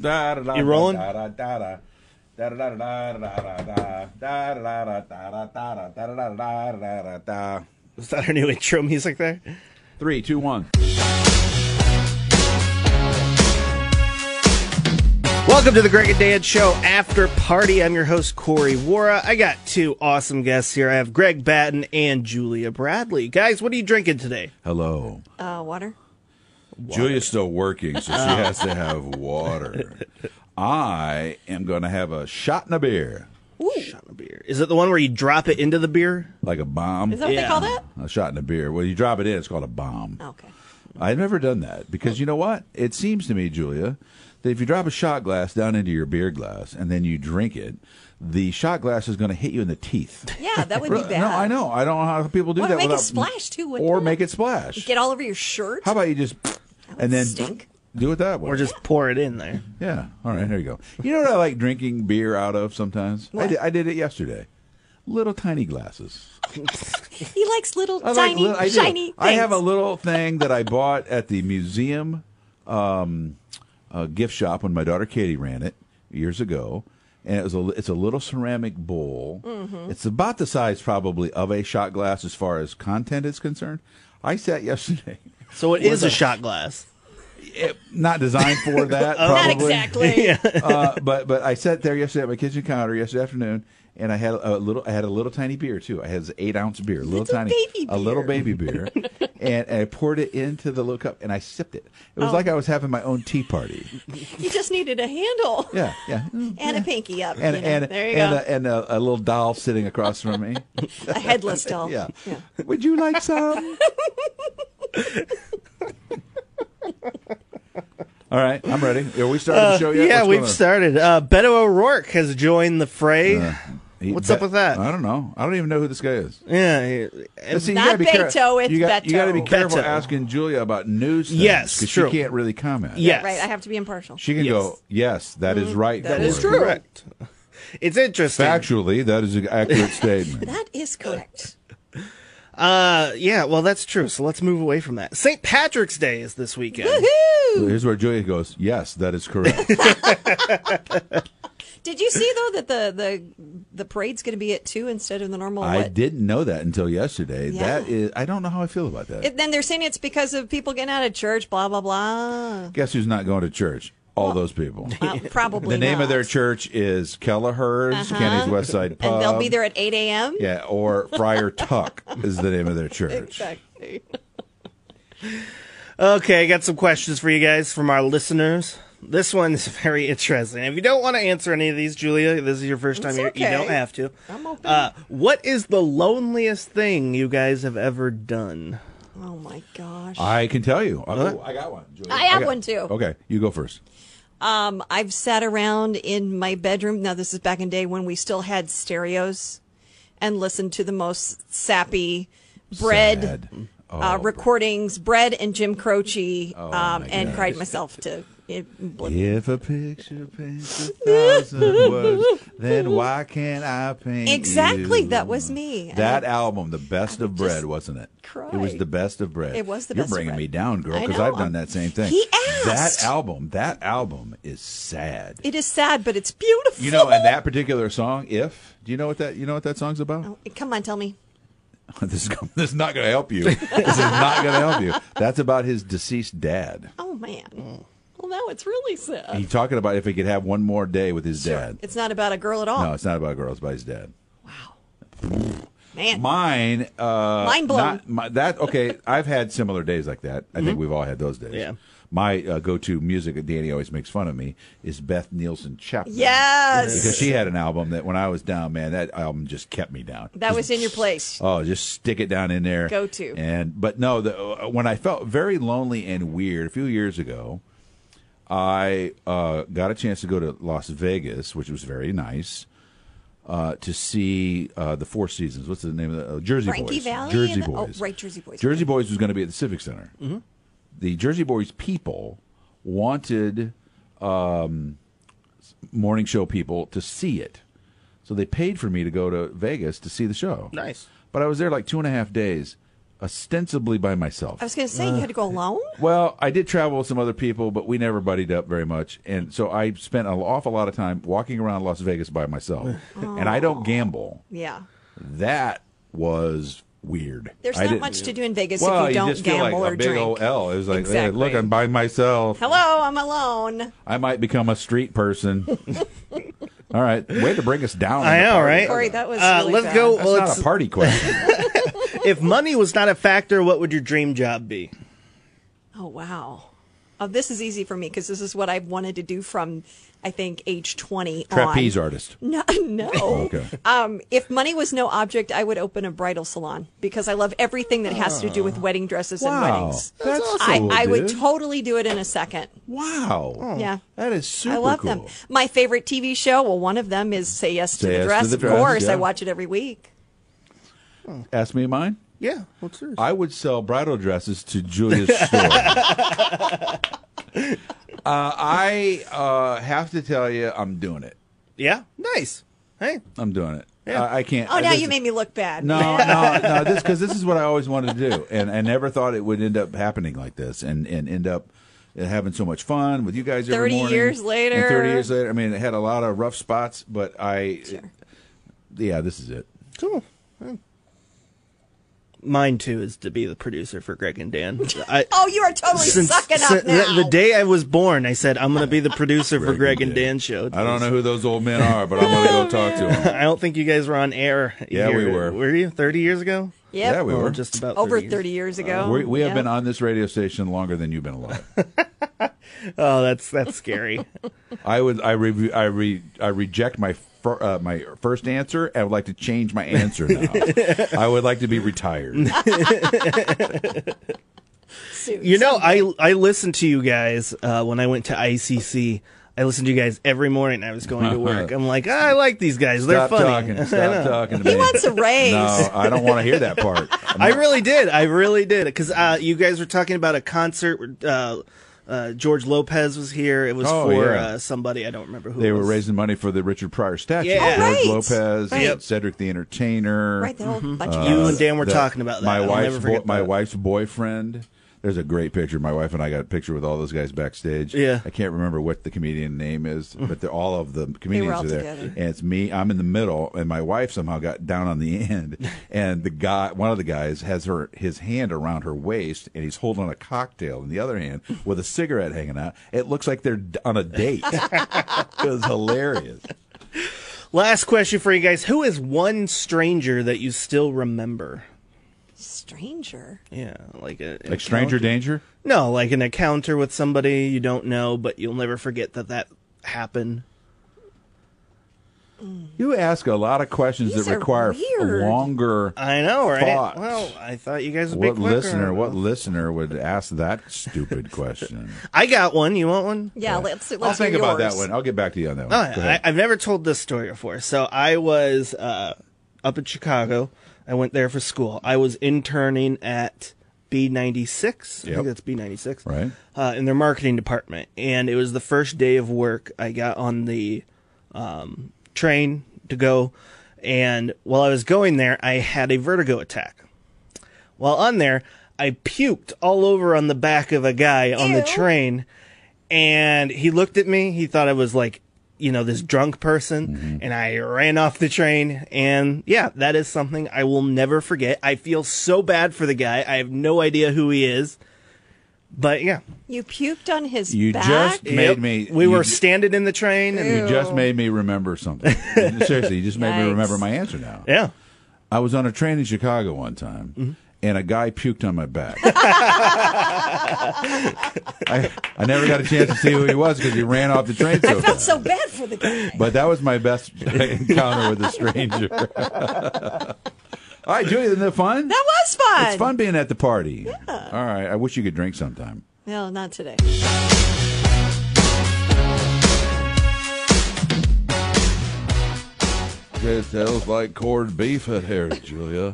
Da da da. You rolling? Da da da da. Da da da da da da da da da da da da da da da da da da da da. Was that our new intro music there? Three, two, one. Welcome to the Greg and Dan Show After Party. I'm your host, Corey Wara. I got two awesome guests here. I have Greg Batten and Julia Bradley. Guys, what are you drinking today? Hello. Uh, water. Julia's still working, so she has to have water. I am going to have a shot in a beer, Ooh. On a beer. Is it the one where you drop it into the beer? like a bomb. Is that what Yeah. they call that? Oh, a shot in a beer. Well, you drop it in, it's called a bomb. Okay. I've never done that because you know what? It seems to me, Julia, that if you drop a shot glass down into your beer glass and then you drink it, the shot glass is going to hit you in the teeth. Yeah, that would be bad. No, I know. I don't know how people do Why that make it without splash, too, wouldn't or it? make it splash. Get all over your shirt. how about you just and then stink. do it that way? Or just pour it in there? yeah. All right, there you go. You know what I like drinking beer out of sometimes? I What? did, I did it yesterday. Little tiny glasses. he likes little I like tiny, little- I do. shiny things. I have a little thing that I bought at the museum um, uh, gift shop when my daughter Katie ran it years ago, and it was a it's a little ceramic bowl. Mm-hmm. It's about the size probably of a shot glass as far as content is concerned. I sat yesterday, So it is a shot glass. it, not designed for that. Not probably. exactly. uh, but but I sat there yesterday at my kitchen counter yesterday afternoon, and I had a little I had a little tiny beer too. I had this eight ounce beer, little, Little tiny, baby a little beer. baby beer, and, and I poured it into the little cup and I sipped it. It Oh. was like I was having my own tea party. You just needed a handle Yeah, yeah. And and a pinky up. and you know. and, there you and, go. A, and a, a little doll sitting across from me. a, headless doll. Yeah. yeah. Would you like some? All right, I'm ready. Are we starting Uh, the show yet? yeah, Oh, What's we've going on? started. Uh, Beto O'Rourke has joined the fray. He- What's up with that? I don't know. I don't even know who this guy is. yeah. he- But see, you Not gotta be care- Beto, it's you got, You got to be Beto. careful Beto. asking Julia about news. Things, Yes, 'cause true. She can't really comment. Yes. Right. I have to be impartial. she can Yes. go. Yes, that is right. Mm, that is Corey." true. Correct. It's interesting. Factually, that is an accurate statement. that is correct. Uh, yeah, well, that's true. So let's move away from that. St. Patrick's Day is this weekend. Woohoo! Here's where Julia goes. Yes, that is correct. Did you see though that the the the parade's going to be at two instead of the normal? I what? didn't know that until yesterday. Yeah. That is. I don't know how I feel about that. It, then they're saying it's because of people getting out of church. Blah blah blah. Guess who's not going to church? All those people. Uh, probably The name not. Uh-huh. of their church is Kelleher's, Kenny's West Side Pub. and they'll be there at eight a.m. um, Yeah, or Friar Tuck is the name of their church. Exactly. Okay, I got some questions for you guys from our listeners. This one's very interesting. If you don't want to answer any of these, Julia, this is your first time It's here. You okay. don't have to. I'm open. Uh, what is the loneliest thing you guys have ever done? Oh my gosh. I can tell you. Oh, I got one. Julia. I have got- one, too. Okay, you go first. Um, I've sat around in my bedroom. Now this is back in day when we still had stereos, and listened to the most sappy bread Sad. uh, Oh, recordings, bread and Jim Croce, um, my and gosh. cried myself to. It, oblivion. Oh, If a picture paints a thousand words, then why can't I paint Exactly, you? that was me. That And I- album, the best of bread, wasn't it? It was cry. the best of bread. It was the You're best of bringing bread. me down, girl, I because know, I've done I'm- that same thing. He That asked. album, that album is sad. it is sad, but it's beautiful. you know, and that particular song, "If," do you know what that? You know what that song's about? Oh, Come on, tell me. this is gonna- this is not going to help you. this is not going to help you. That's about his deceased dad. Oh man. Well, now it's really sad. He's talking about if Mm. he could have one more day with his dad. It's not about a girl at all. No, it's not about girls, but his dad. Man, Mine, uh, Mind blown. Not, my, that okay. I've had similar days like that. I Mm-hmm. think we've all had those days. Yeah. My uh, go-to music that Danny always makes fun of me is Beth Nielsen Chapman. yes, Because she had an album that when I was down, man, that album just kept me down. that was in your place. Oh, just stick it down in there. Go to. And but no, the, uh, when I felt very lonely and weird a few years ago, I uh, got a chance to go to Las Vegas, which was very nice. Uh, to see uh, the Four Seasons. What's the name of the uh, Jersey Frankie Boys? Valli Jersey and- oh, Boys. right, Jersey Boys. Mm-hmm. Jersey Boys was going to be at the Civic Center. The Jersey Boys people wanted um, morning show people to see it. So they paid for me to go to Vegas to see the show. Nice. But I was there like two and a half days. ostensibly by myself. I was going to say you had Uh. to go alone. Well, I did travel with some other people, but we never buddied up very much, and so I spent an awful lot of time walking around Las Vegas by myself. and I don't gamble. Yeah, That was weird. there's I not didn't- much to do in Vegas Well, if you don't just feel gamble like or a big drink. old L. It was like, eh, Exactly. look, I'm by myself. Hello, I'm alone. I might become a street person. All right, way to bring us down. on I the know, party. right? Corey, that was Uh, really let's bad. go. That's well, not it's- a party question. if money was not a factor, what would your dream job be? Oh wow. Oh, this is easy for me because this is what I've wanted to do from, I think, age 20 Trapeze on. artist. No, no. Okay. Um, if money was no object, I would open a bridal salon because I love everything that has to do with wedding dresses and Ah. Wow. weddings. That's I, awesome, I would dude. totally do it in a second. Wow. Yeah. Oh, That is super I love cool. them. My favorite TV show, well, one of them is Say Yes to Say the Yes to Dress. the Of Dress, course, yeah. I watch it every week. Ask me mine. Yeah, what's yours? I would sell bridal dresses to Julius Store. uh, I uh, have to tell you, I'm doing it. yeah, nice. Hey, I'm doing it. Yeah. I, I can't. Oh, I- now this- you made me look bad. No, no, no. This because this is what I always wanted to do, and I never thought it would end up happening like this, and and end up having so much fun with you guys. Every 30 morning. years And later. Thirty years later. I mean, it had a lot of rough spots, but I. Yeah, this is it. cool. Hmm. Mine too is to be the producer for Greg and Dan. I, Oh, you are totally sucking up now. the, the day I was born, I said I'm going to be the producer for Greg and Dan show. I don't know who those old men are, but I'm gonna go talk to them. I don't think you guys were on air. Yeah, here. we were. Were you 30 years ago? Yep. Yeah, we Well, were. just about Over 30 years. 30 years ago. we, we have Oh, Yeah. been on this radio station longer than you've been alive. Oh, that's that's scary. I would I re, I re, I reject my fir, uh, my first answer. and I would like to change my answer now. I would like to be retired. Suits. you know, I I listened to you guys uh, when I went to ICC. I listened to you guys every morning. I was going to work. I'm like, "Ah, I like these guys. They're Stop funny. talking. Stop talking to me. he wants a raise. No, I don't want to hear that part. I really did. I really did. Because uh, you guys were talking about a concert. Uh, uh, George Lopez was here. It was Oh, for yeah. uh, somebody. I don't remember who. They it were was. raising money for the Richard Pryor statue. Yeah. Oh, right. George Lopez, Right. Cedric the Entertainer. Mm-hmm. Right, that whole bunch Uh, of You guys. and Dan were the- talking about that. My I'll wife's never forget boy, my that. wife's boyfriend. There's a great picture. My wife and I got a picture with all those guys backstage. Yeah. Mm. I can't remember what the comedian name is, but they're all of the comedians all are there. together. And it's me. I'm in the middle, and my wife somehow got down on the end. And the guy, one of the guys, has her his hand around her waist, and he's holding a cocktail in the other hand with a cigarette hanging out. It looks like they're d- on a date. it was hilarious. Last question for you guys: Who is one stranger that you still remember? Stranger. Yeah, like a Like Stranger Danger. No, like an encounter with somebody you don't know, but you'll never forget that that happened. You ask a lot of questions These that are require weird. longer. I know, right? Thoughts. Well, I thought you guys would What be quicker. listener? What listener would ask that stupid question? I got one. You want one? Yeah, let's let's I'll think hear about that yours. one. I'll get back to you on that one. Oh, Go yeah. ahead. I, I've never told this story before. So I was uh, up in Chicago. I went there for school. I was interning at B96. I Yep. think that's B96. Right. Uh, in their marketing department. And it was the first day of work. I got on the um, train to go. And while I was going there, I had a vertigo attack. While on there, I puked all over on the back of a guy on the Ew. train, and he looked at me. He thought I was like, you know, this drunk person, and I ran off the train. And yeah, that is something I will never forget. I feel so bad for the guy. I have no idea who he is, but yeah, You puked on his You back. just made Yep. me. We you were ju- standing in the train, and You just made me remember something. Seriously, you just made me Yikes. remember my answer now. yeah. Mm-hmm. I was on a train in Chicago one time, and a guy puked on my back. I, I never got a chance to see who he was because he ran off the train so I felt fast. so bad for the guy. But that was my best encounter with a stranger. All right, Julie, isn't that fun? That was fun. It's fun being at the party. All right. I wish you could drink sometime. No, not today. It smells like corned beef out here, Julia.